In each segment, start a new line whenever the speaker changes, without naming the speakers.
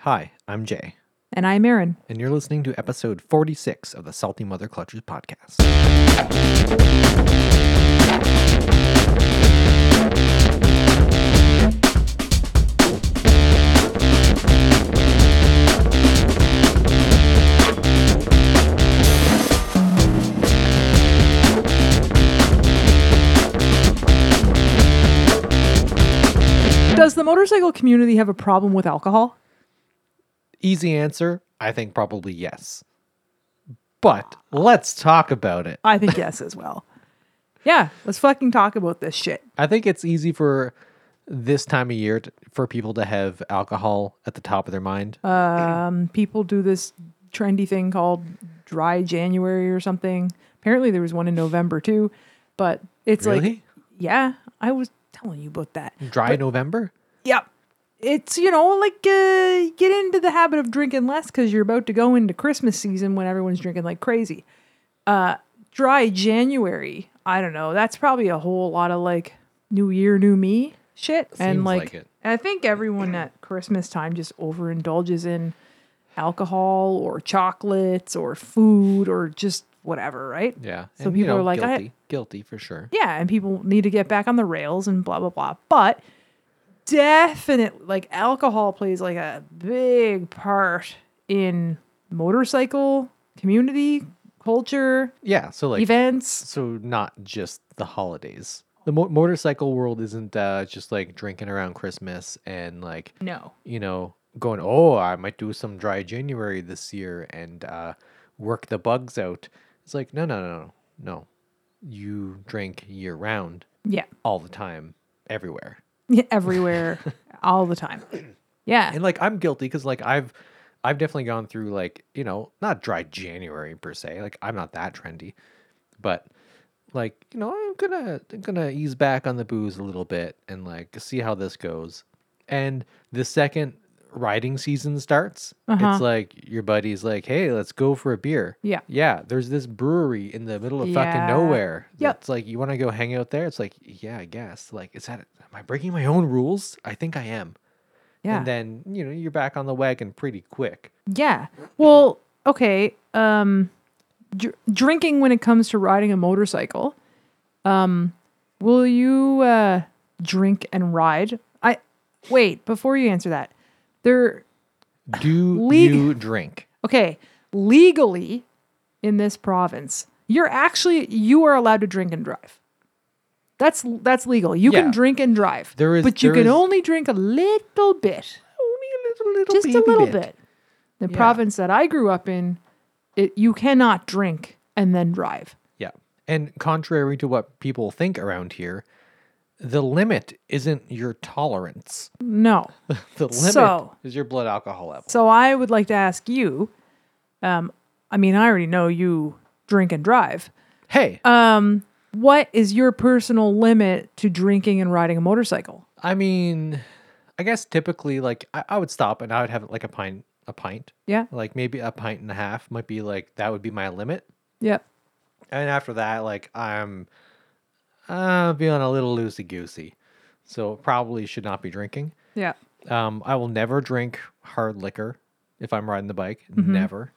Hi, I'm Jay,
And I'm Erin.
and you're listening to episode 46 of the Salty Mother Clutches podcast.
Does the motorcycle community have a problem with alcohol?
Easy answer I think probably yes. But let's talk about it.
I think yes as well. Yeah, let's fucking talk about this shit.
I think it's easy for this time of year to, for people to have alcohol at the top of their mind.
Um, people do this trendy thing called dry January or something. Apparently, there was one in November too, but it's like,
really?
yeah, I was telling you about that.
Dry November?
Yep. It's, you know, like uh, get into the habit of drinking less because you're about to go into Christmas season when everyone's drinking like crazy. Uh, dry January, I don't know. That's probably a whole lot of like new year, new me shit.
Seems
and like,
like it.
and I think everyone at Christmas time just overindulges in alcohol or chocolates or food or just whatever, right?
Yeah.
So people are like, I-
guilty, guilty for sure.
yeah, and people need to get back on the rails and blah blah blah. But definite like alcohol plays like a big part in motorcycle community culture
Yeah. So, like,
events.
so not just the holidays. The mo- motorcycle world isn't uh, just like drinking around Christmas and like
No,
you know, going, oh, I might do some dry January this year and uh, work the bugs out. It's like, no, no, no, no, no. You drink year round,
yeah,
all the time, everywhere.
everywhere, all the time. Yeah,
And like, I'm guilty because like I've, I've definitely gone through like, you know, not dry January per se. Like I'm not that trendy, but like, you know, I'm gonna, I'm gonna ease back on the booze a little bit and like see how this goes. And the second riding season starts,
Uh-huh.
it's like your buddy's like, "Hey, let's go for a beer."
yeah,
Yeah, there's this brewery in the middle of fucking
Yeah.
nowhere.
Yep.
It's like you want to go hang out there. It's like, yeah, I guess. Like, is that? Am I breaking my own rules? I think I am.
yeah,
And then you know you're back on the wagon pretty quick.
yeah. Well, okay. Um, dr- drinking when it comes to riding a motorcycle. um, Will you uh, drink and ride? I wait before you answer that. There,
Do
Leg-
you drink?
okay, legally in this province, you're actually you are allowed to drink and drive. That's that's legal. You
Yeah.
can drink and drive.
There is-
but you
there
can
is-
only drink a little bit,
Only a little, little
just a
baby
little bit. The
Yeah.
province that I grew up in, it you cannot drink and then drive.
Yeah. And contrary to what people think around here, the limit isn't your tolerance.
No.
The limit
So-
is your blood alcohol level.
So I would like to ask you. Um, I mean, I already know you drink and drive.
Hey,
Um, what is your personal limit to drinking and riding a motorcycle?
I mean, I guess typically, like I, I would stop and I would have like a pint, a pint,
Yeah.
like maybe a pint and a half might be like that would be my limit.
Yep.
And after that, like I'm, I'm feeling a little loosey goosey, so probably should not be drinking.
Yeah.
Um, I will never drink hard liquor if I'm riding the bike. Never.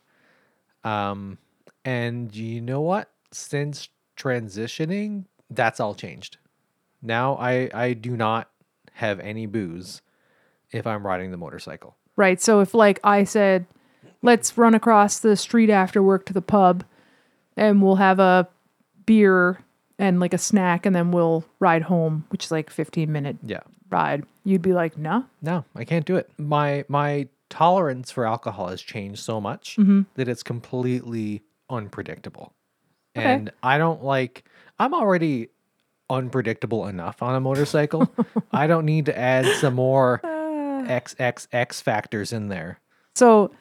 Um, and you know what? Since transitioning, that's all changed. Now I I do not have any booze if I'm riding the motorcycle.
Right. So if like I said, let's run across the street after work to the pub and we'll have a beer and like a snack and then we'll ride home, which is like 15 minute
Yeah.
ride. You'd be like, no.
No, I can't do it. My my tolerance for alcohol has changed so much
Mm-hmm.
that it's completely unpredictable.
Okay.
And I don't like I'm already unpredictable enough on a motorcycle. I don't need to add some more
Ah.
XXX factors in there.
So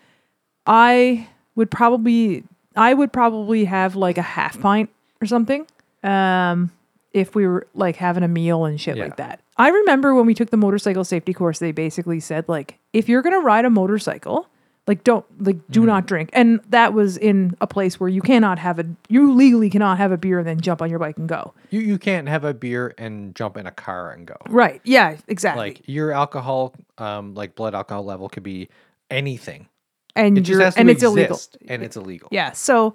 I would probably I would probably have like a half pint or something. Um if we were like having a meal and shit
Yeah.
like that. I remember when we took the motorcycle safety course, they basically said like if you're gonna ride a motorcycle, like don't like do
Mm-hmm.
not drink. And that was in a place where you cannot have a you legally cannot have a beer and then jump on your bike and go.
You you can't have a beer and jump in a car and go.
Right. Yeah, exactly.
Like your alcohol um like blood alcohol level could be anything.
and
It just
you're
has to
and it's
exist,
illegal.
and it's illegal.
Yeah. So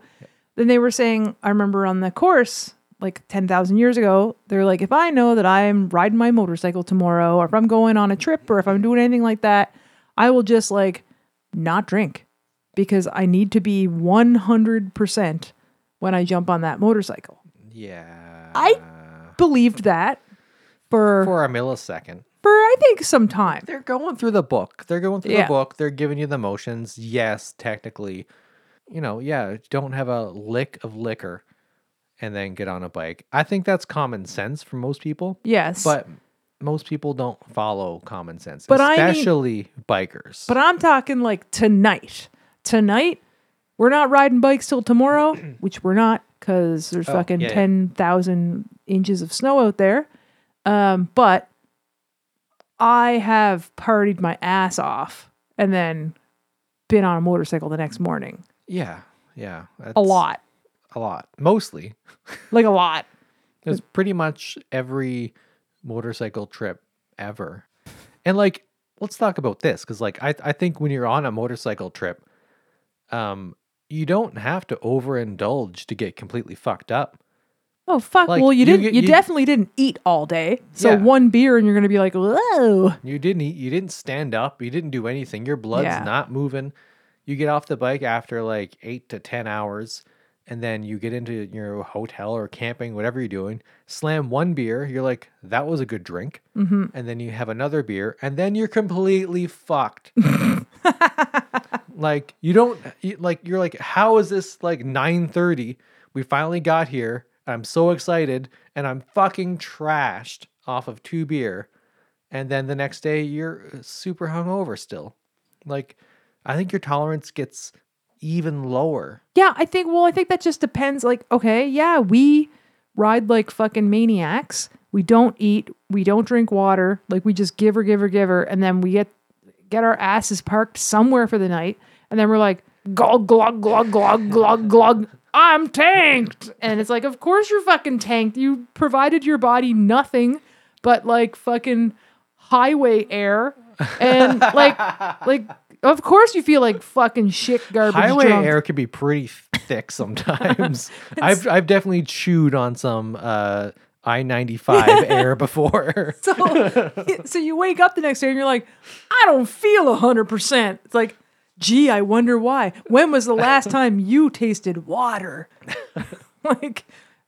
then they were saying, I remember on the course, like 10,000 years ago, they're like, if I know that I'm riding my motorcycle tomorrow, or if I'm going on a trip, or if I'm doing anything like that, I will just like not drink because I need to be 100% when I jump on that motorcycle.
Yeah.
Believed that for, for,
for a millisecond.
I think, some time.
They're going through the book. They're going through
Yeah.
the book. They're giving you the motions. Yes, technically, you know, yeah, don't have a lick of liquor and then get on a bike. I think that's common sense for most people,
Yes.
but most people don't follow common sense,
But I mean-
especially bikers.
But I'm talking like tonight. Tonight, we're not riding bikes till tomorrow, which we're not because there's
Oh,
fucking
yeah, yeah.
10,000 inches of snow out there. Um, but I have partied my ass off and then been on a motorcycle the next morning.
yeah, yeah, that's
A lot.
a lot, mostly.
Like a lot.
It's pretty much every motorcycle trip ever. And like, let's talk about this because like I, I think when you're on a motorcycle trip, um, you don't have to overindulge to get completely fucked up.
Oh fuck!
Like,
well, you,
you
didn't.
get-
you,
you-
definitely didn't eat all day. So
Yeah.
one beer, and you're gonna be like, "Whoa!"
You didn't eat, you didn't stand up, you didn't do anything. Your blood's
Yeah.
not moving. You get off the bike after like eight to ten hours, and then you get into your hotel or camping, whatever you're doing. Slam one beer, you're like, that was a good drink.
Mm-hmm.
and then you have another beer, and then you're completely fucked. like you don't you- like you're like, how is this like 9:30? We finally got here. I'm so excited, and I'm fucking trashed off of two beer, and then the next day you're uh, super hungover still. Like, I think your tolerance gets even lower.
Yeah, I think, well, I think that just depends. Like, okay, yeah, we ride like fucking maniacs. We don't eat, we don't drink water. Like, we just give or give or give her. And then we get get our asses parked somewhere for the night. And then we're like, glug, glug, glug, glug, glug, glug. I'm tanked. And it's like, of course you're fucking tanked. You provided your body nothing but like fucking highway air. And like, like, of course you feel like fucking shit garbage.
Highway
drunk.
air can be pretty thick sometimes. I've I've definitely chewed on some uh, I ninety five air before.
so, so you wake up the next day and you're like, I don't feel 100%. It's like, gee, I wonder why. When was the last time you tasted water? like,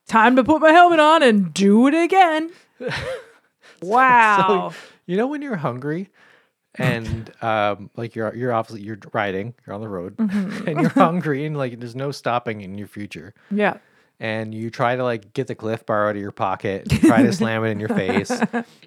time to put my helmet on and do it again. Wow.
So, you know when you're hungry and um, like you're you're obviously you're riding, you're on the road, and you're hungry, and like there's no stopping in your future.
yeah.
And you try to like get the Cliff Bar out of your pocket, and try to slam it in your face,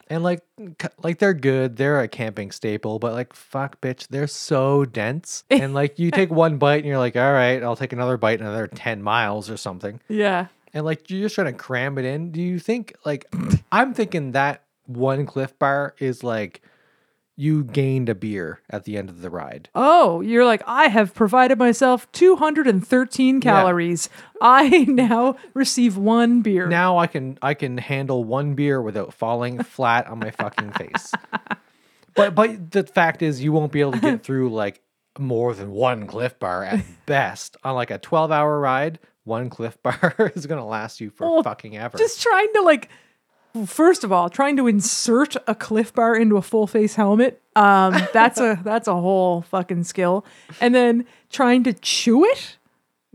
and like c- like they're good, they're a camping staple, but like fuck, bitch, they're so dense, and like you take one bite and you're like, all right, I'll take another bite, another ten miles or something
Yeah.
and like you're just trying to cram it in. Do you think like I'm thinking that one Cliff Bar is like you gained a beer at the end of the ride.
Oh, you're like, I have provided myself 213 calories. I now receive one beer.
Now I can I can handle one beer without falling flat on my fucking face. But but the fact is you won't be able to get through like more than one Cliff Bar at best on like a 12 hour ride. One Cliff Bar is gonna last you for
Well,
fucking ever.
just trying to like first of all trying to insert a cliff bar into a full face helmet um that's a that's a whole fucking skill and then trying to chew it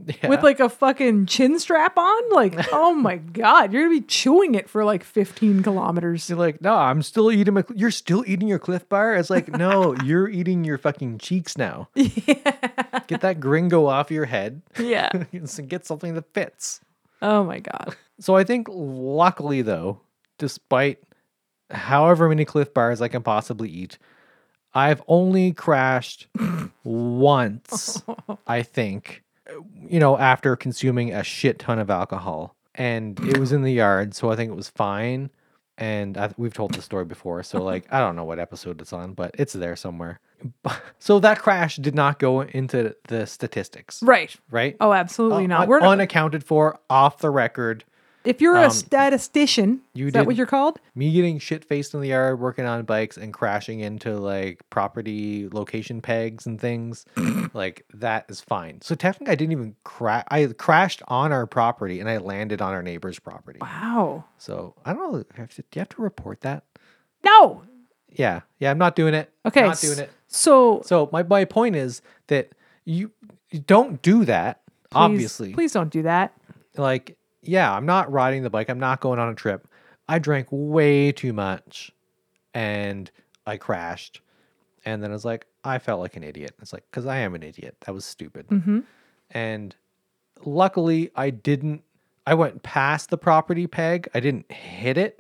Yeah.
with like a fucking chin strap on like oh my god you're gonna be chewing it for like 15 kilometers
You're like, no, I'm still eating my. You're still eating your Cliff Bar. It's like, no, you're eating your fucking cheeks now. Get that gringo off your head
yeah
and get something that fits.
oh my god
So I think, luckily though, despite however many Cliff Bars I can possibly eat, I've only crashed once. I think, you know, after consuming a shit ton of alcohol, and it was in the yard, so I think it was fine. And I, we've told the story before, so like I don't know what episode it's on, but it's there somewhere. So that crash did not go into the statistics,
right
right? Uh,
oh absolutely
Un-
not we're not
unaccounted for, off the record.
if you're
Um,
a statistician,
you
is that what
didn't-
you're called?
Me getting shit faced in the yard, working on bikes, and crashing into like property location pegs and things, like that is fine. So technically, I didn't even crash. I crashed on our property and I landed on our neighbor's property.
Wow.
So I don't know. Have to, do you have to report that?
No.
Yeah, yeah. I'm not doing it.
Okay.
not doing
s-
it.
So
So my my point is that you, you don't do that.
please-
obviously,
please don't do that.
like yeah i'm not riding the bike i'm not going on a trip i drank way too much and i crashed and then i was like i felt like an idiot it's like because i am an idiot that was stupid
Mm-hmm.
and luckily i didn't i went past the property peg i didn't hit it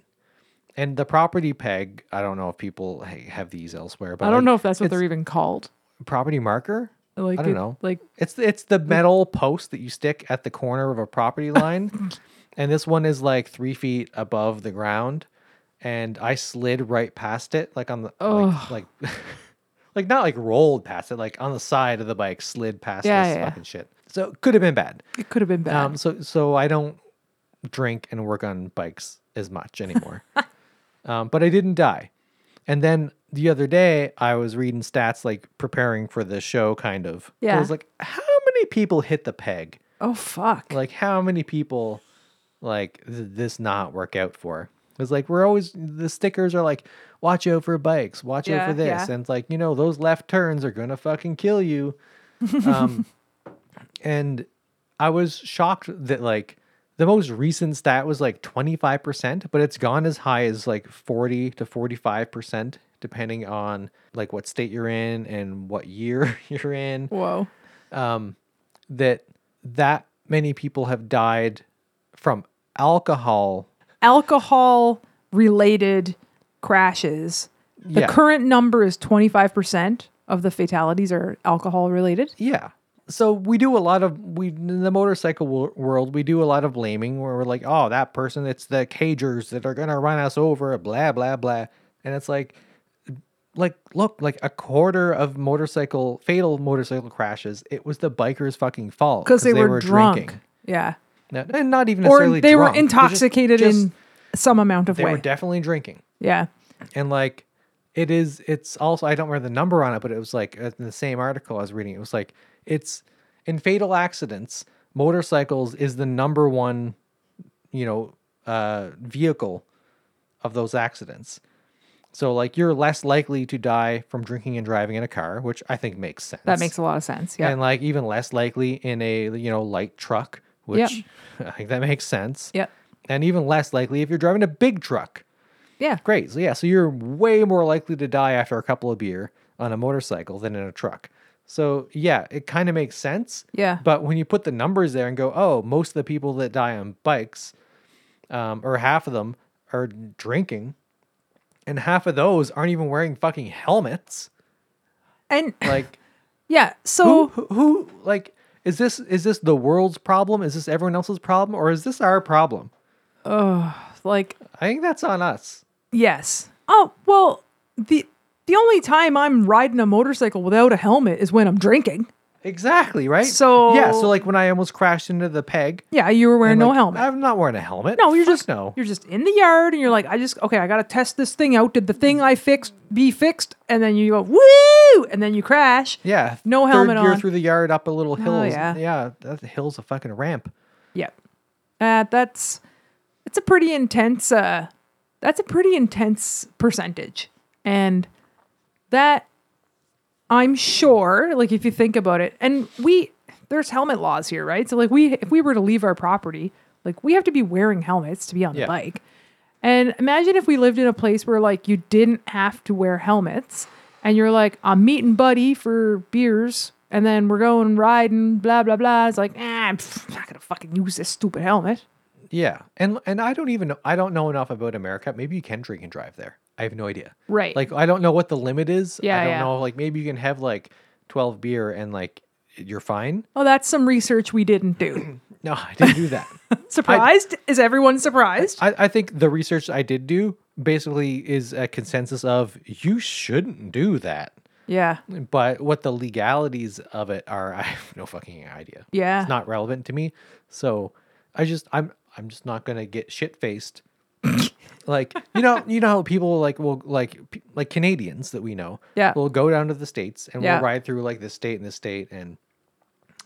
and the property peg i don't know if people ha- have these elsewhere but
I don't know if that's what
it's-
they're even called.
property marker
Like
don't
it-
know.
Like
it's it's the metal post that you stick at the corner of a property line, and this one is like three feet above the ground, and I slid right past it, like on the
Ugh.
like like, like not like rolled past it, like on the side of the bike, slid past
Yeah,
this
yeah, yeah.
fucking shit. So it could have been bad.
it could have been bad.
Um, so so I don't drink and work on bikes as much anymore. um, but I didn't die. And then the other day, I was reading stats, like preparing for the show, kind of. I
Yeah.
was like, how many people hit the peg?
oh fuck.
Like, how many people, like, did this not work out for? It's like we're always the stickers are like, watch out for bikes, watch out
Yeah,
for this,
yeah.
and it's like you know those left turns are gonna fucking kill you. Um, and I was shocked that like the most recent stat was like 25%, but it's gone as high as like 40 to 45% depending on like what state you're in and what year you're in
Whoa.
um, that that many people have died from alcohol
Alcohol related crashes. The
Yeah.
current number is 25% of the fatalities are alcohol related.
Yeah. So we do a lot of we in the motorcycle wo- world we do a lot of blaming where we're like, oh, that person, it's the cagers that are gonna run us over, blah blah blah, and it's like, like look, like a quarter of motorcycle fatal motorcycle crashes, it was the bikers' fucking fault
Because they, were, drunk.
drinking,
Yeah.
No, and not even
Or
necessarily
they
drunk,
were
they just-
intoxicated
just-
in some amount of
They
way.
were definitely drinking
yeah.
and like it is it's also i don't remember the number on it but it was like in the same article i was reading it was like it's in fatal accidents motorcycles is the number one you know uh vehicle of those accidents so like you're less likely to die from drinking and driving in a car which i think makes sense
That makes a lot of sense. Yeah.
and like even less likely in a you know light truck which i think that makes sense
yeah.
and even less likely if you're driving a big truck
Yeah.
Great. So yeah, so you're way more likely to die after a couple of beer on a motorcycle than in a truck. So yeah, it kind of makes sense.
Yeah.
But when you put the numbers there and go, oh, most of the people that die on bikes, um, or half of them are drinking, and half of those aren't even wearing fucking helmets.
And
Like
yeah. So
who, who, who, like, is this is this the world's problem? Is this everyone else's problem, or is this our problem?
like
I think that's on us.
Yes. Oh well, the the only time I'm riding a motorcycle without a helmet is when I'm drinking.
Exactly right. yeah, so
So-
like when I almost crashed into the peg,
Yeah, you were wearing
And,
no
like,
helmet.
I'm not wearing a helmet.
no, you're
Fuck
just
no.
You're just in the yard, and you're like, I just okay, I gotta test this thing out. Did the thing I fixed be fixed? And then you go woo, and then you crash.
yeah,
no
third
helmet
gear
on.
through the yard up a little hill. is-
yeah.
yeah, that hill's a fucking ramp.
Yep. Uh, that's that's a pretty intense. Uh, that's a pretty intense percentage, and that I'm sure. Like if you think about it, and we there's helmet laws here, right? So like we if we were to leave our property, like we have to be wearing helmets to be on
Yeah.
the bike. And imagine if we lived in a place where like you didn't have to wear helmets and you're like, I'm meeting buddy for beers and then we're going riding, blah, blah, blah. It's like, ah, I'm pff, not going to fucking use this stupid helmet.
Yeah, and and I don't even know, I don't know enough about America. Maybe you can drink and drive there. I have no idea.
Right.
Like I don't know what the limit is. I
Yeah,
don't
yeah.
know. Like maybe you can have like 12 beer and like you're fine.
oh, that's some research we didn't do.
No, I didn't do that.
surprised? Is everyone surprised?
I, I think the research I did do basically is a consensus of you shouldn't do that.
yeah.
But what the legalities of it are, I have no fucking idea.
Yeah.
It's not relevant to me. So I just I'm I'm just not gonna get shit faced. like you know, you know how people like will like pe- like Canadians that we know
Yeah.
will go down to the states and
Yeah.
we'll ride through like this state and this state and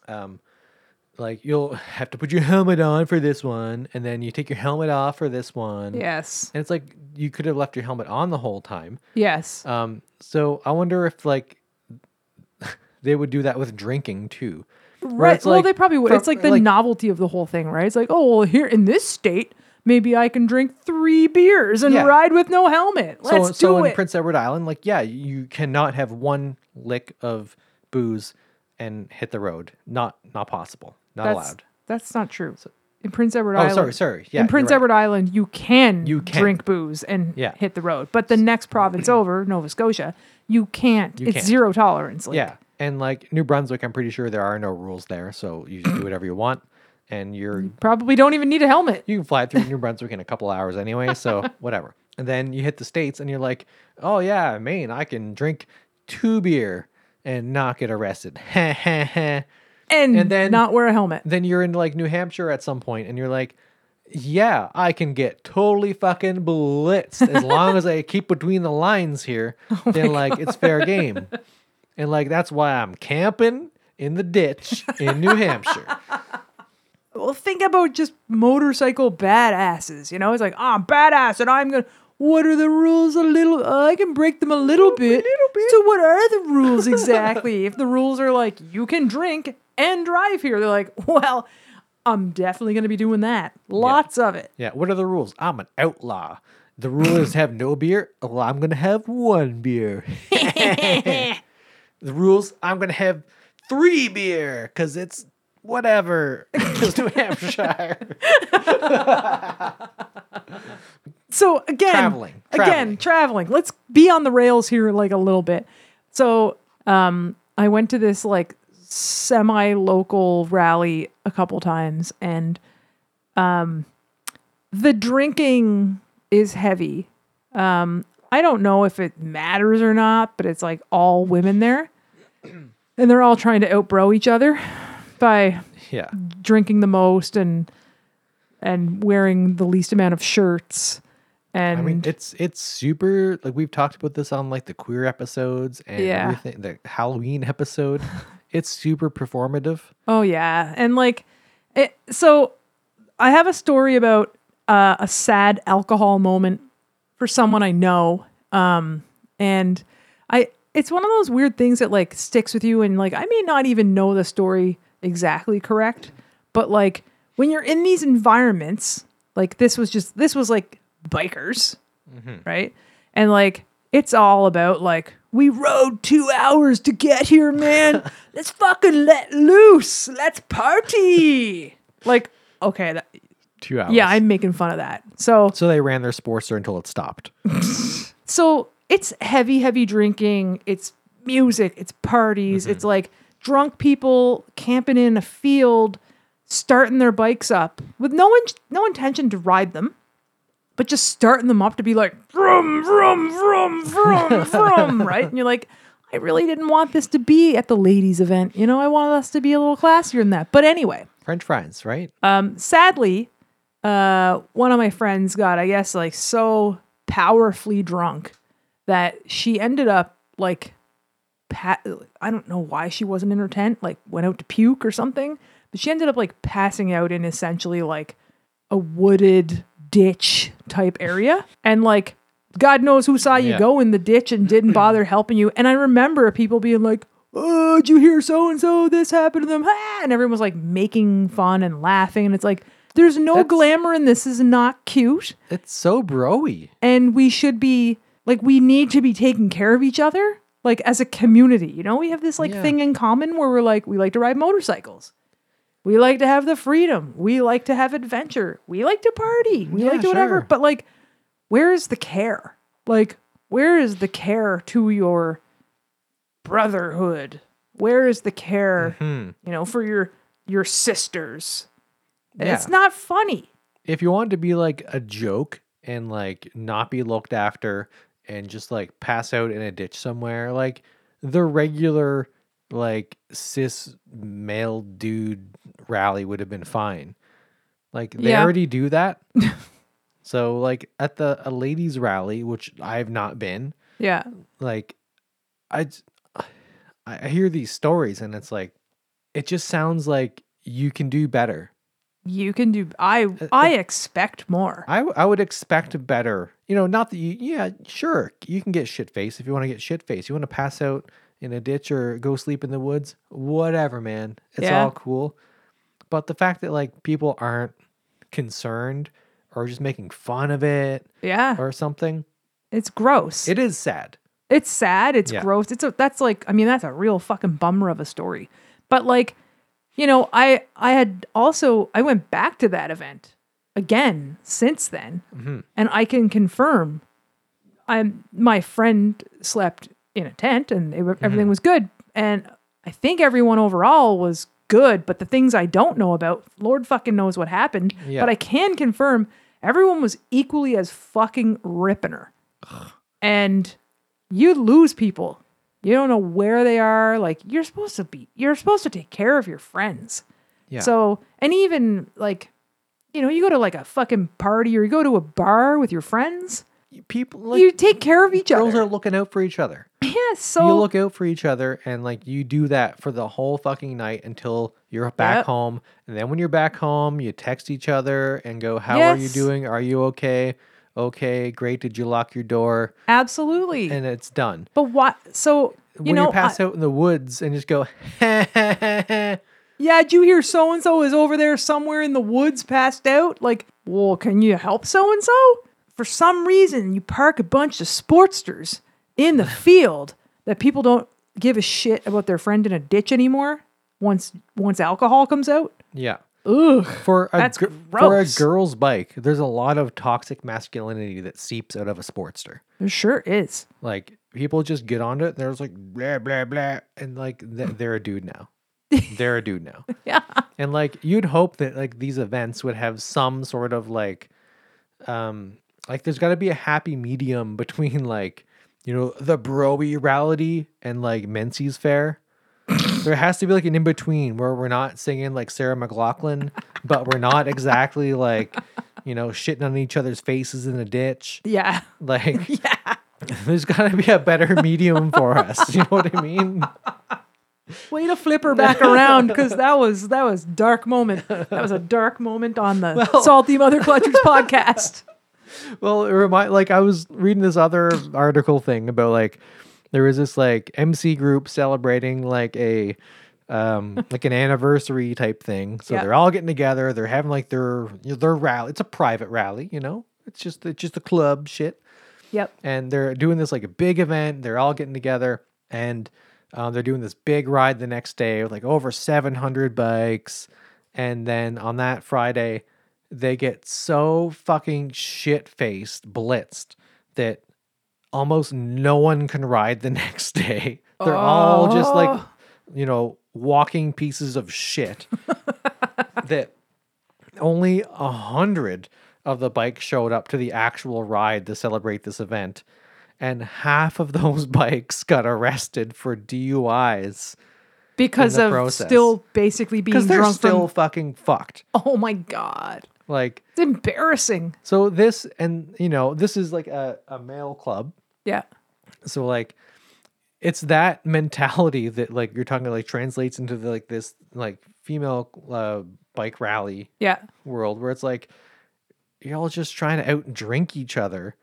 um like you'll have to put your helmet on for this one and then you take your helmet off for this one
Yes.
and it's like you could have left your helmet on the whole time.
Yes.
Um, so I wonder if like they would do that with drinking too. where
Right.
it's
Well,
like
they probably would.
from-
it's like the
like-
novelty of the whole thing, right? It's like, oh, well, here in this state, maybe I can drink three beers and
Yeah.
ride with no helmet. Let's
so
do
so in
it.
Prince Edward Island, like yeah, you cannot have one lick of booze and hit the road. Not not possible. Not
that's,
allowed.
That's not true. In Prince Edward
Oh,
Island.
sorry, sorry. Yeah,
in Prince
you're right.
Edward Island, you can,
You can.
drink booze and
Yeah.
hit the road. But the next province over, Nova Scotia, you can't. it's
can't.
zero tolerance. Like,
Yeah, and like New Brunswick, I'm pretty sure there are no rules there, so you just do whatever you want, and you're
Probably don't even need a helmet.
you can fly through New Brunswick in a couple hours anyway, so whatever. And then you hit the states, and you're like, oh yeah, Maine, I can drink two beer and not get arrested. then
And,
And then-
not wear a helmet.
you're in like New Hampshire at some point, and you're like. Yeah, I can get totally fucking blitzed as long as I keep between the lines here. then, like, it's fair game. And, like, that's why I'm camping in the ditch in New Hampshire.
Well, think about just motorcycle badasses. You know, it's like I'm badass, and I'm gonna. What are the rules? A little, uh, I can break them a little bit.
little bit.
So, what are the rules exactly? if the rules are like you can drink and drive here, they're like, well, I'm definitely gonna be doing that. Lots of it.
Yeah. What are the rules? I'm an outlaw. The rule is have no beer. Well, I'm gonna have one beer. the rules: I'm gonna have three beer because it's whatever. It's New Hampshire.
So again,
Traveling, traveling.
again, traveling. Let's be on the rails here like a little bit. So, um, I went to this like semi-local rally a couple times, and um, the drinking is heavy. Um, I don't know if it matters or not, but it's like all women there, and they're all trying to outbro each other by
yeah.
drinking the most and and wearing the least amount of shirts and
I mean, it's it's super. Like we've talked about this on like the queer episodes and
Yeah.
everything. The Halloween episode. it's super performative.
oh yeah and like it, so i have a story about uh, a sad alcohol moment for someone i know um and i it's one of those weird things that like sticks with you and like i may not even know the story exactly correct but like when you're in these environments like this was just this was like bikers right? And like it's all about like we rode two hours to get here, man. Let's fucking let loose. Let's party. like okay, that,
Two hours.
yeah, I'm making fun of that. So
so they ran their sportster until it stopped.
so it's heavy, heavy drinking. It's music. It's parties. It's like drunk people camping in a field, starting their bikes up with no in- no intention to ride them, but just starting them up to be like vroom, vroom, vroom, vroom, vroom, right? And you're like, I really didn't want this to be at the ladies' event. You know, I wanted us to be a little classier than that. But anyway,
French fries, right?
Uh, sadly, uh, one of my friends got, I guess, like so powerfully drunk that she ended up like, pa- I don't know why she wasn't in her tent, like went out to puke or something, but she ended up like passing out in essentially like a wooded ditch type area. And like, God knows who saw you
Yeah.
go in the ditch and didn't bother helping you. And I remember people being like, Oh, did you hear so and so? This happened to them. Ah! And everyone was like making fun and laughing. And it's like, there's no
That's-
glamour in this. This is not cute.
it's so broy.
And we should be like, we need to be taking care of each other, like as a community. You know, we have this like
Yeah.
thing in common where we're like, we like to ride motorcycles. We like to have the freedom. We like to have adventure. We like to party. We
Yeah,
like to whatever.
sure.
But like, where is the care? Like, where is the care to your brotherhood? Where is the care,
Hmm.
you know, for your your sisters? And It's
Yeah.
not funny.
if you want to be like a joke and like not be looked after and just like pass out in a ditch somewhere, like the regular like cis male dude rally would have been fine. Like they
Yeah.
already do that. so like at the a ladies rally, which I've not been,
Yeah.
like I j- I hear these stories and it's like it just sounds like you can do better.
You can do I
Uh,
I expect more.
I, w- I would expect better. You know, not that you, yeah, sure, you can get shit faced if you want to get shit faced. You want to pass out in a ditch or go sleep in the woods, whatever, man. It's
Yeah.
all cool. But the fact that like people aren't concerned or just making fun of it
Yeah.
or something,
It's gross.
it is sad.
it's sad it's
Yeah.
gross it's a that's like i mean that's a real fucking bummer of a story but like you know i i had also i went back to that event again since then
Mm-hmm.
and i can confirm i'm my friend slept in a tent and it,
Mm-hmm.
everything was good and i think everyone overall was good but the things i don't know about lord fucking knows what happened
Yeah.
but i can confirm everyone was equally as fucking ripping her and you lose people. You don't know where they are. Like you're supposed to be, you're supposed to take care of your friends.
Yeah.
So, and even like, you know, you go to like a fucking party or you go to a bar with your friends,
People like
you take care of each
girls
other.
are looking out for each other.
yeah. So
you look out for each other and like you do that for the whole fucking night until you're back
Yep.
home and then when you're back home you text each other and go how are you
Yes.
doing are you okay okay great did you lock your door
absolutely.
and it's done
but what? So you
when
know,
you pass
I-
out in the woods and just go
yeah. Did you hear so and so is over there somewhere in the woods, passed out? Like, well, can you help so and so? For some reason, you park a bunch of sportsters in the field that people don't give a shit about their friend in a ditch anymore. Once once alcohol comes out,
yeah
ugh,
for a,
That's
gir- for a
gross.
girl's bike there's a lot of toxic masculinity that seeps out of a sportster
there sure is.
Like people just get onto it. And they're just like blah blah blah, and like th- they're a dude now. they're a dude now.
Yeah.
And like you'd hope that like these events would have some sort of like, um, like there's got to be a happy medium between like you know the broerality and like Menzies Fair. there has to be like an in between where we're not singing like Sarah McLaughlin, but we're not exactly like you know shitting on each other's faces in a ditch.
Yeah,
Like, there's got to be a better medium for us. You know what I mean?
way to flip her back around because that was that was dark moment. That was a dark moment on the Salty Mother Clutchers podcast.
Well, it remind like I was reading this other article thing about like there was this like MC group celebrating like a um like an anniversary type thing. So
Yeah.
they're all getting together. They're having like their their rally. It's a private rally, you know. It's just it's just a club shit.
Yep.
and they're doing this like a big event. They're all getting together and um, they're doing this big ride the next day with like over 700 bikes. And then on that Friday, they get so fucking shit faced, blitzed that almost no one can ride the next day. They're all just like,
Oh.
you know, walking pieces of shit that only a hundred of the bikes showed up to the actual ride to celebrate this event, and half of those bikes got arrested for DUIs
because
in the
of
process.
still basically being
because they're
drunk
still
from
fucking fucked.
oh my god
Like
it's embarrassing
so, this and you know, this is like a, a male club,
yeah
so like it's that mentality that like you're talking like translates into the, like this like female uh, bike rally
yeah
world where it's like you're all just trying to out drink each other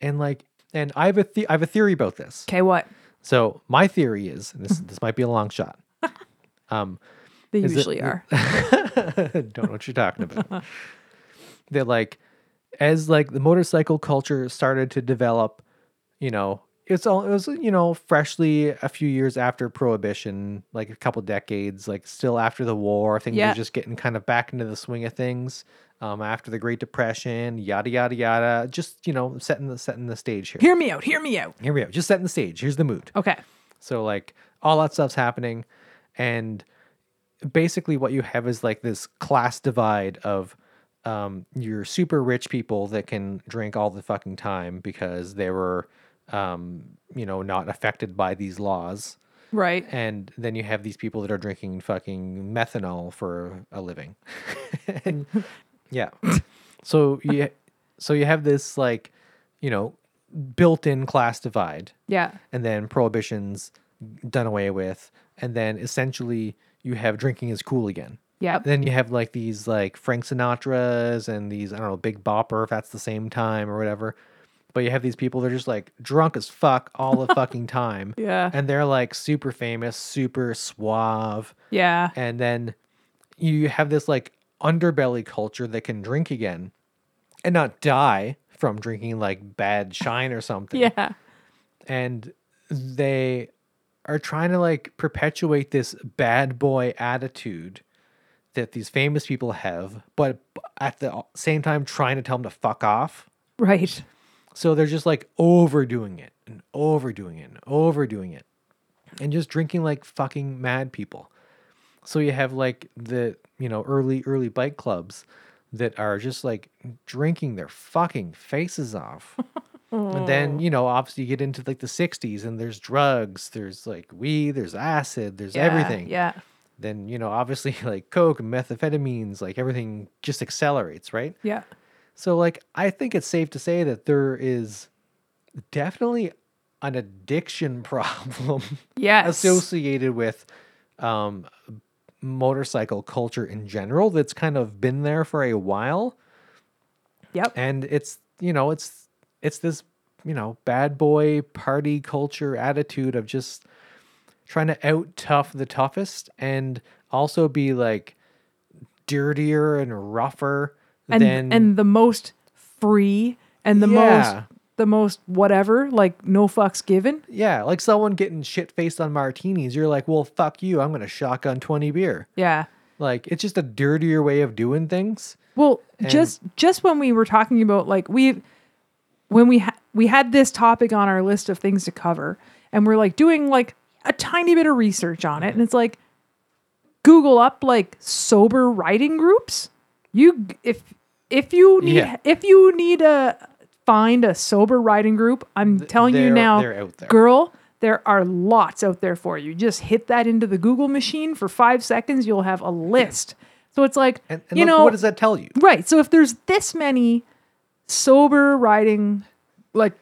and like and i have a the- i have a theory about this
okay what
so my theory is and this this might be a long shot um
they
Is it-
usually are
don't know what you're talking about that like as like the motorcycle culture started to develop you know it's all it was you know freshly a few years after prohibition like a couple decades like still after the war things
Yeah.
were just getting kind of back into the swing of things um after the great depression yada yada yada just you know setting the setting the stage here
hear me out hear me out
here we go just setting the stage here's the mood
okay
so like all that stuff's happening and basically what you have is like this class divide of um your super rich people that can drink all the fucking time because they were um you know not affected by these laws
right
and then you have these people that are drinking fucking methanol for a living and Yeah. so you so you have this like, you know, built-in class divide
Yeah.
and then prohibitions done away with and then essentially you have drinking is cool again.
Yep.
Then you have like these like Frank Sinatras and these I don't know Big Bopper if that's the same time or whatever. But you have these people they're just like drunk as fuck all the fucking time.
Yeah.
And they're like super famous, super suave
Yeah.
and then you have this like underbelly culture that can drink again and not die from drinking like bad shine or something
Yeah.
and they are trying to like perpetuate this bad boy attitude that these famous people have but at the same time trying to tell them to fuck off
Right.
so they're just like overdoing it and overdoing it and overdoing it and just drinking like fucking mad people. So you have like the, you know, early, early bike clubs that are just like drinking their fucking faces off. And then, you know, obviously you get into like the 60s and there's drugs, there's like weed, there's acid, there's
Yeah,
everything.
Yeah.
Then, you know, obviously like coke and methamphetamines, like everything just accelerates, right?
Yeah.
So, like, I think it's safe to say that there is definitely an addiction problem
Yes.
associated with um, motorcycle culture in general that's kind of been there for a while.
Yep.
And it's, you know, it's, it's this, you know, bad boy party culture attitude of just trying to out tough the toughest and also be like dirtier and rougher
and
than
and the most free and the
Yeah.
most the most whatever, like no fucks given.
Yeah, like someone getting shit faced on martinis, you're like, well, fuck you. I'm going to shotgun 20 beer.
Yeah.
Like, it's just a dirtier way of doing things.
Well, just just when we were talking about like we when we ha- we had this topic on our list of things to cover and we're like doing like a tiny bit of research on it and it's like Google up like sober riding groups. You if if you need
Yeah.
if you need a find a sober riding group, I'm telling you
they're-
now,
they're out there.
girl, there are lots out there for you. Just hit that into the Google machine for 5 seconds, you'll have a list. So it's like
And, and
you
look,
know
what does that tell you?
Right. So if there's this many sober riding like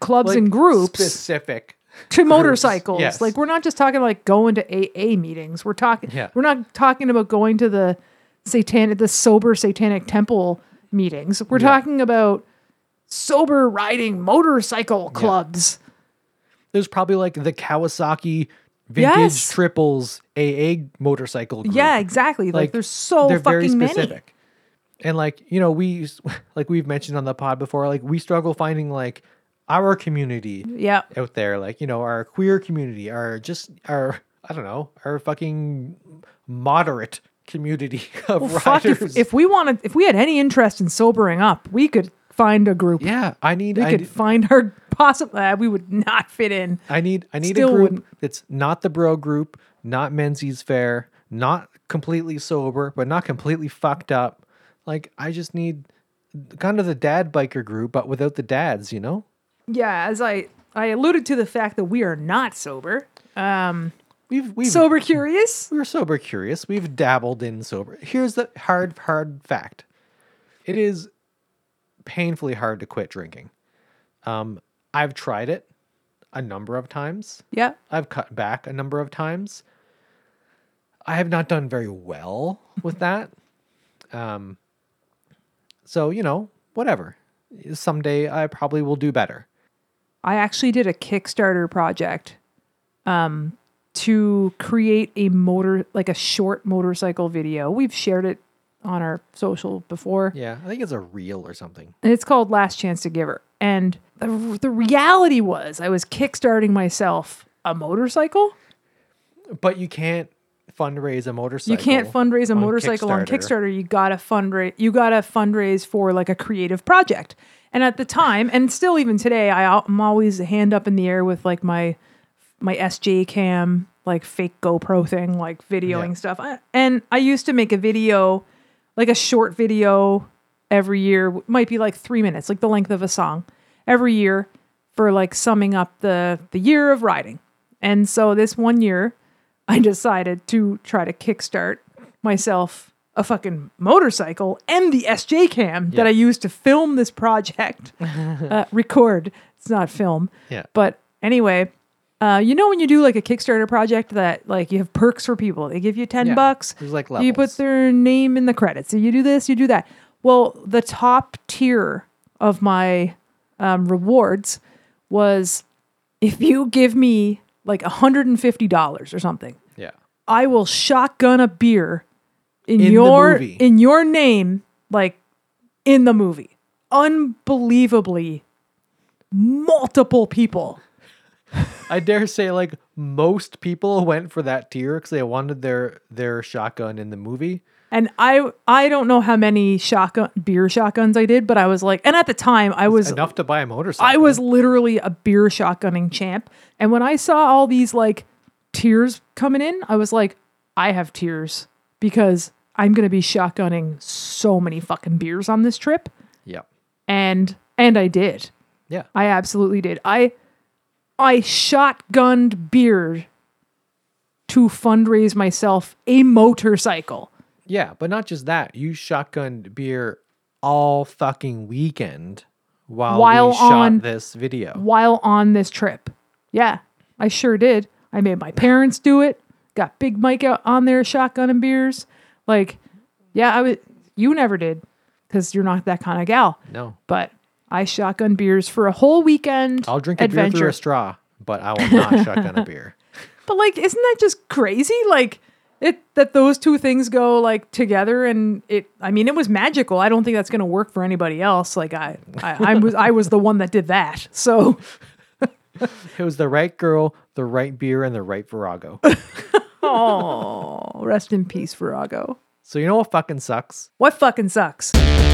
clubs
Like,
and groups
Specific.
to motorcycles.
yes.
Like we're not just talking like going to AA meetings. We're talking
Yeah.
we're not talking about going to the satanic the sober satanic temple meetings. We're talking about sober riding motorcycle clubs.
There's probably like the Kawasaki vintage
Yes.
triples AA motorcycle. Group.
Yeah, exactly. Like,
Like,
there's so
They're
fucking
very
many.
specific. And like, you know, we, s- like we've mentioned on the pod before, like we struggle finding like our community
Yeah.
out there, like, you know, our queer community, our just our I don't know, our fucking moderate community of
Fuck
riders.
if, if we wanted if we had any interest in sobering up, we could find a group
yeah, I need
we
I,
could
need-
find our possible uh, we would not fit in
I need I need a
still
group
wouldn't-
that's not the bro group, not Menzies Fair, not completely sober, but not completely fucked up. Like I just need kind of the dad biker group, but without the dads, you know?
yeah as i i alluded to the fact that we are not sober um
We've we've
sober curious
we're sober curious. We've dabbled in sober. Here's the hard, hard fact it is painfully hard to quit drinking. Um, I've tried it a number of times,
yeah
I've cut back a number of times. I have not done very well with that. Um, so, you know, whatever. Someday I probably will do better.
i actually did a kickstarter project um to create a motor like a short motorcycle video we've shared it on our social before
Yeah, I think it's a reel or something.
and it's called Last Chance to Giver. And the, the reality was, I was kickstarting myself a motorcycle.
But you can't fundraise a motorcycle.
You can't fundraise a
on
motorcycle on Kickstarter. You gotta fundraise. You gotta fundraise for like a creative project. And at the time, and still even today, I, al- I'm always a hand up in the air with like my my SJ cam, like fake GoPro thing, like videoing
Yeah.
stuff. I, and I used to make a video, like a short video every year, It might be like three minutes, like the length of a song, every year for like summing up the the year of riding. And so this one year, I decided to try to kickstart myself a fucking motorcycle and the SJ cam
Yeah.
that I used to film this project, uh, record. It's not film.
Yeah.
But anyway, uh, you know when you do like a Kickstarter project that like you have perks for people. They give you ten
Yeah.
bucks.
There's like
You put
levels.
their name in the credits. You do this. You do that. Well, the top tier of my um, rewards was if you give me like hundred and fifty dollars or something.
Yeah.
I will shotgun a beer in,
In the
your
movie.
in your name, like in the movie. Unbelievably, multiple people.
I dare say, like most people went for that tier because they wanted their their shotgun in the movie.
And I I don't know how many shotgun beer shotguns I did, but I was like, and at the time I was
Enough to buy a motorcycle.
I was literally a beer shotgunning champ. And when I saw all these like tears coming in, I was like, I have tears because I'm gonna be shotgunning so many fucking beers on this trip.
Yeah.
and and I did.
Yeah.
I absolutely did. I I shotgunned beard to fundraise myself a motorcycle.
Yeah, but not just that. You shotgunned beer all fucking weekend while,
While
we shot
on-
this video.
while on this trip. Yeah, I sure did. I made my parents do it. Got Big Mike out on there shotgun and beers. Like, yeah, I was you never did because you're not that kind of gal.
No,
But I shotgun beers for a whole weekend.
I'll drink a
adventure.
beer through a straw, but I will not shotgun a beer.
But like, isn't that just crazy? Like it that those two things go like together, and it. I mean, it was magical. I don't think that's gonna work for anybody else. Like I, I, I was I was the one that did that. So
It was the right girl, the right beer, and the right Virago.
oh, rest in peace, Virago.
so you know what fucking sucks?
What fucking sucks?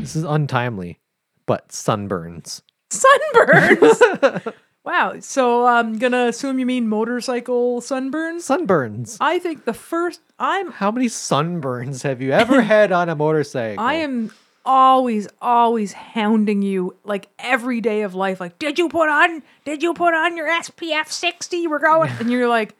This is untimely, but sunburns.
Sunburns. wow. So I'm gonna assume you mean motorcycle sunburns.
Sunburns.
I think the first I'm
How many sunburns have you ever had on a motorcycle?
I am always, always hounding you like every day of life. Like, did you put on? Did you put on your SPF sixty? We're going, and you're like,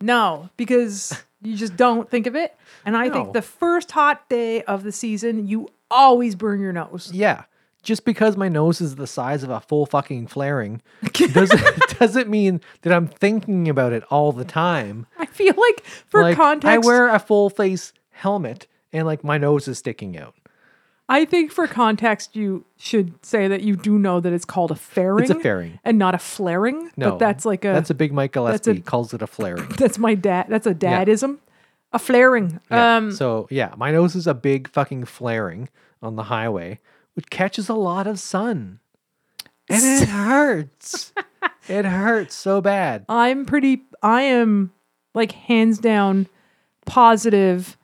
no, because you just don't think of it. And I
No.
think the first hot day of the season, you always burn your nose.
Yeah. Just because my nose is the size of a full fucking flaring doesn't doesn't mean that I'm thinking about it all the time.
I feel like for
like
context,
I wear a full face helmet and like my nose is sticking out.
I think for context, you should say that you do know that it's called a fairing.
fairing.
and not a flaring.
No.
but that's like a
That's a big Mike Gillespie
a-
calls it a flaring.
that's my dad. That's a dadism. A flaring.
Yeah.
Um,
so yeah, my nose is a big fucking flaring on the highway, which catches a lot of sun. And it hurts. it hurts so bad.
I'm pretty I am like hands down positive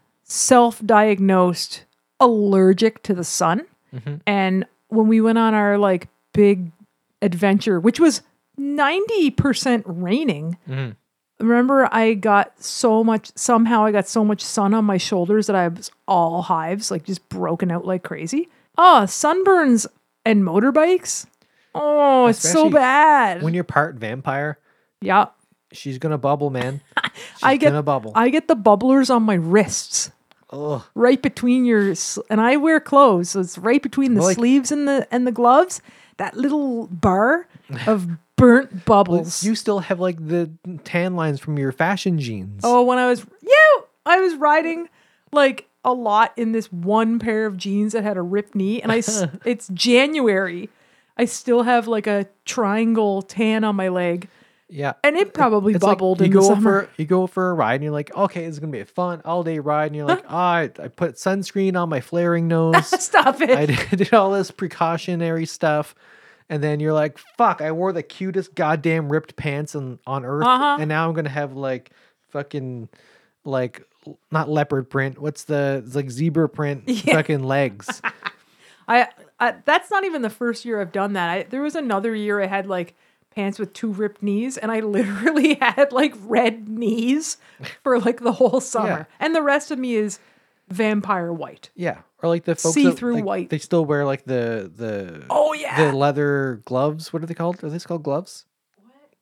self-diagnosed allergic to the sun.
Mm-hmm.
And when we went on our like big adventure, which was 90% raining,
Mhm.
remember I got so much somehow I got so much sun on my shoulders that I was all hives, like just broken out like crazy. Oh, sunburns and motorbikes. Oh, it's so
Especially
bad.
When you're part vampire,
yeah.
she's gonna bubble, man. She's
I get-
gonna bubble.
I get the bubblers on my wrists,
Ugh.
right between your, s- and I wear clothes, so it's right between the
Well, like-
sleeves and the and the gloves. That little bar of burnt bubbles.
You still have like the tan lines from your fashion jeans.
oh, when I was yeah, I was riding like a lot in this one pair of jeans that had a ripped knee, and I s- it's January. I still have like a triangle tan on my leg,
yeah.
and it probably
It's like
bubbled in
you
the
go
summer.
for you go for a ride and you're like, okay, it's gonna be a fun all day ride, and you're like, ah, I, I put sunscreen on my flaring nose.
Stop it!
I did, did all this precautionary stuff, and then you're like, fuck, I wore the cutest goddamn ripped pants on on earth,
Uh-huh.
and now I'm gonna have like fucking like l- not leopard print. What's the it's like zebra print fucking legs?
I, I that's not even the first year I've done that. I, there was another year I had like pants with two ripped knees, and I literally had like red knees for like the whole summer,
Yeah.
and the rest of me is vampire white.
Yeah, or like the folks that,
See-through
like,
white.
They still wear like the the
Oh
the
yeah,
leather gloves. What are they called? Are these called gloves?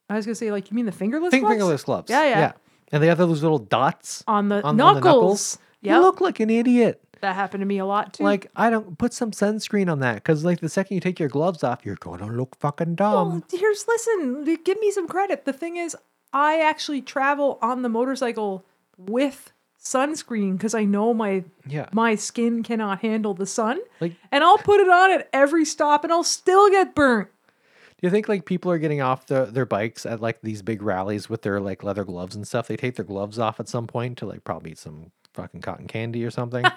I was gonna say like you mean the fingerless
Think
gloves?
fingerless gloves.
Yeah, yeah.
And they have those little dots
on the
on, on the
knuckles.
knuckles.
Yep.
You look like an idiot.
That happened to me a lot too.
Like I don't put some sunscreen on that because like the second you take your gloves off, you're gonna look fucking
Well,
dumb.
Oh, here's listen, d- give me some credit. The thing is, I actually travel on the motorcycle with sunscreen because I know my
yeah,
my skin cannot handle the sun.
like do
And I'll put it on at every stop and I'll still get burnt.
you think like people are getting off the, their bikes at like these big rallies with their like leather gloves and stuff? They take their gloves off at some point to like probably eat some fucking cotton candy or something.
God,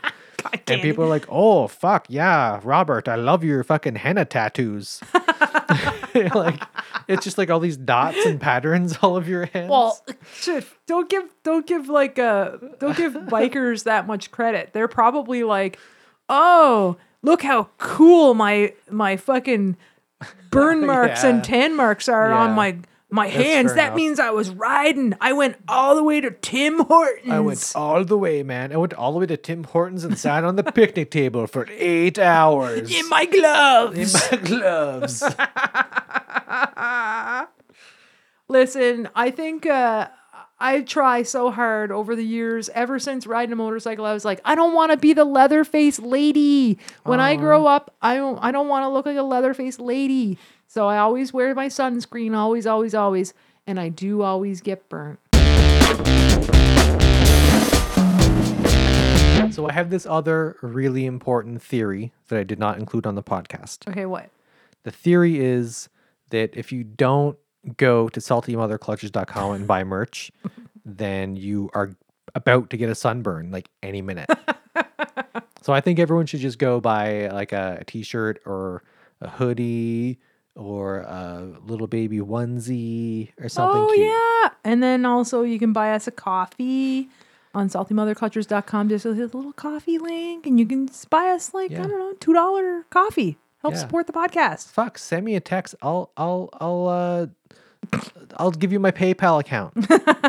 And
Candy.
people are like, "Oh fuck, yeah, Robert, I love your fucking henna tattoos." like, it's just like all these dots and patterns all over your hands.
well, shit, don't give don't give like uh don't give bikers that much credit. They're probably like, "Oh, look how cool my my fucking burn marks
Yeah.
and tan marks are
Yeah.
on my my hands.
fair
That
enough.
means I was riding. I went all the way to Tim Hortons."
I went all the way, man. I went all the way to Tim Hortons and sat on the picnic table for eight hours.
in my gloves.
in my gloves.
Listen, I think uh, I try so hard over the years. Ever since riding a motorcycle, I was like, I don't want to be the leather faced lady. When I grow up, I don't, I don't want to look like a leather faced lady. So I always wear my sunscreen, always, always, always, and I do always get burnt.
so I have this other really important theory that I did not include on the podcast.
Okay, what?
The theory is that if you don't go to saltymothercollectors.com and buy merch, then you are about to get a sunburn like any minute. so I think everyone should just go buy like a, a t-shirt or a hoodie or a little baby onesie or something
oh
cute.
yeah, and then also you can buy us a coffee on saltymotherclutchers.com. There's a little coffee link, and you can just buy us like I
Yeah.
don't know two dollar coffee. Help
Yeah.
support the podcast.
Fuck, send me a text. I'll I'll I'll uh I'll give you my PayPal account.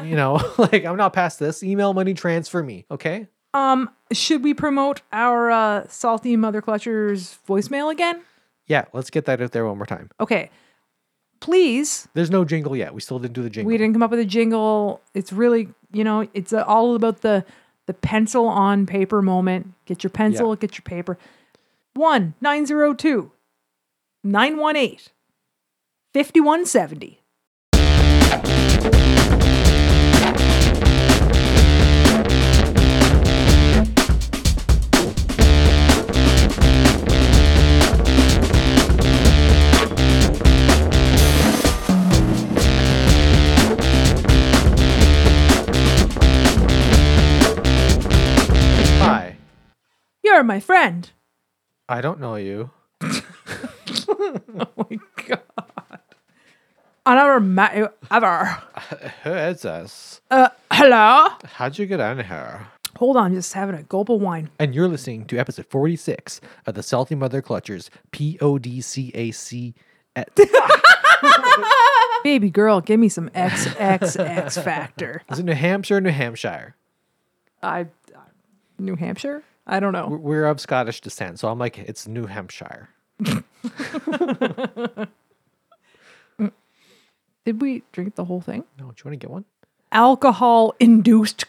you know, like I'm not past this. Email money transfer me, okay?
Um, should we promote our uh, salty mother clutchers voicemail again?
Yeah, let's get that out there one more time.
Okay, please.
There's no jingle yet. We still didn't do the jingle.
We didn't come up with a jingle. It's really you know it's uh, all about the the pencil on paper moment. Get your pencil. Get your paper. One nine zero two. 918 5170.
Hi.
You're my friend.
I don't know you.
Oh my god. And I remember ever.
Who is this?
Uh, hello?
How'd you get in here?
Hold on, just having a gulp of wine.
And you're listening to episode 46 of the Salty Mother Clutchers P O D C A C.
Baby girl, give me some XXX factor.
Is it New Hampshire or New Hampshire?
I, I New Hampshire? I don't know.
We're of Scottish descent, so I'm like, it's New Hampshire.
Did we drink the whole thing?
No, do you want to get one?
Alcohol induced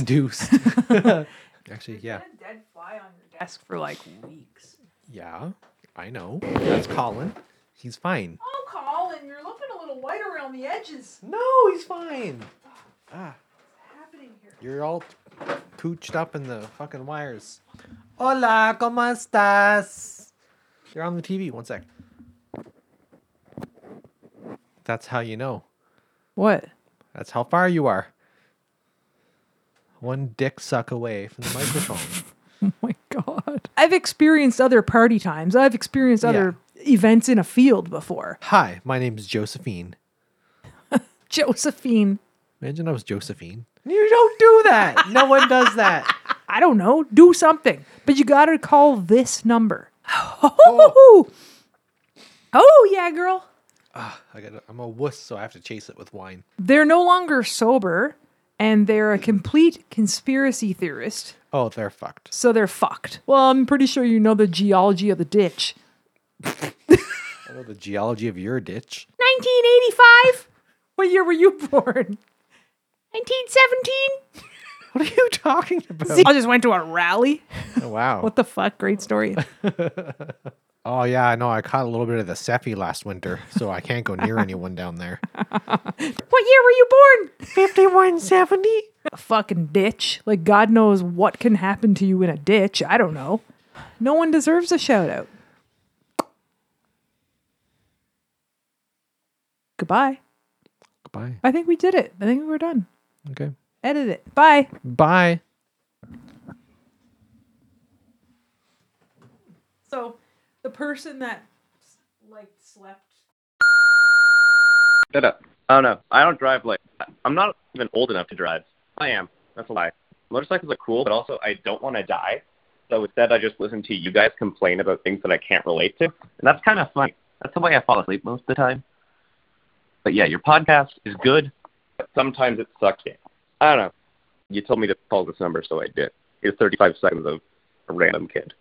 Induced. Actually, yeah.
dead fly on your desk for like weeks.
Yeah, I know. That's Colin. He's fine.
Oh, Colin, you're looking a little white around the edges.
No, he's fine. Ah.
What's happening here?
You're all pooched up in the fucking wires. Hola, ¿cómo estás? You're on the TV. One sec. That's how you know.
What?
That's how far you are. One dick suck away from the microphone.
Oh my god. I've experienced other party times. I've experienced other events in a field before.
Hi, my name's Josephine.
Josephine,
Imagine I was Josephine. You don't do that. No one does that.
I don't know, do something. But you got to call this number. Oh.
Oh.
yeah, girl.
I got. I'm a wuss, so I have to chase it with wine.
They're no longer sober and they're a complete conspiracy theorist,
Oh, they're fucked.
so they're fucked. Well, I'm pretty sure you know the geology of the ditch.
I know the geology of your ditch.
1985? What year were you born? 1917.
What are you talking about?
I just went to a rally.
Oh, wow.
What the fuck? Great story.
oh yeah, I know. I caught a little bit of the Seppi last winter, so I can't go near anyone down there.
what year were you born?
Fifty-one seventy.
A fucking ditch. Like God knows what can happen to you in a ditch. I don't know. No one deserves a shout out. Goodbye.
Goodbye.
I think we did it. I think we're done.
Okay.
Edit it. Bye.
Bye.
So the person that like slept
Shut up. I don't know. I don't drive like I'm not even old enough to drive. I am. That's a lie. Motorcycles are cool, but also I don't want to die. So instead, I just listen to you guys complain about things that I can't relate to, and that's kind of funny. That's the way I fall asleep most of the time. But yeah, your podcast is good, but sometimes it sucks. I don't know. You told me to call this number, so I did. Here's 35 seconds of a random kid.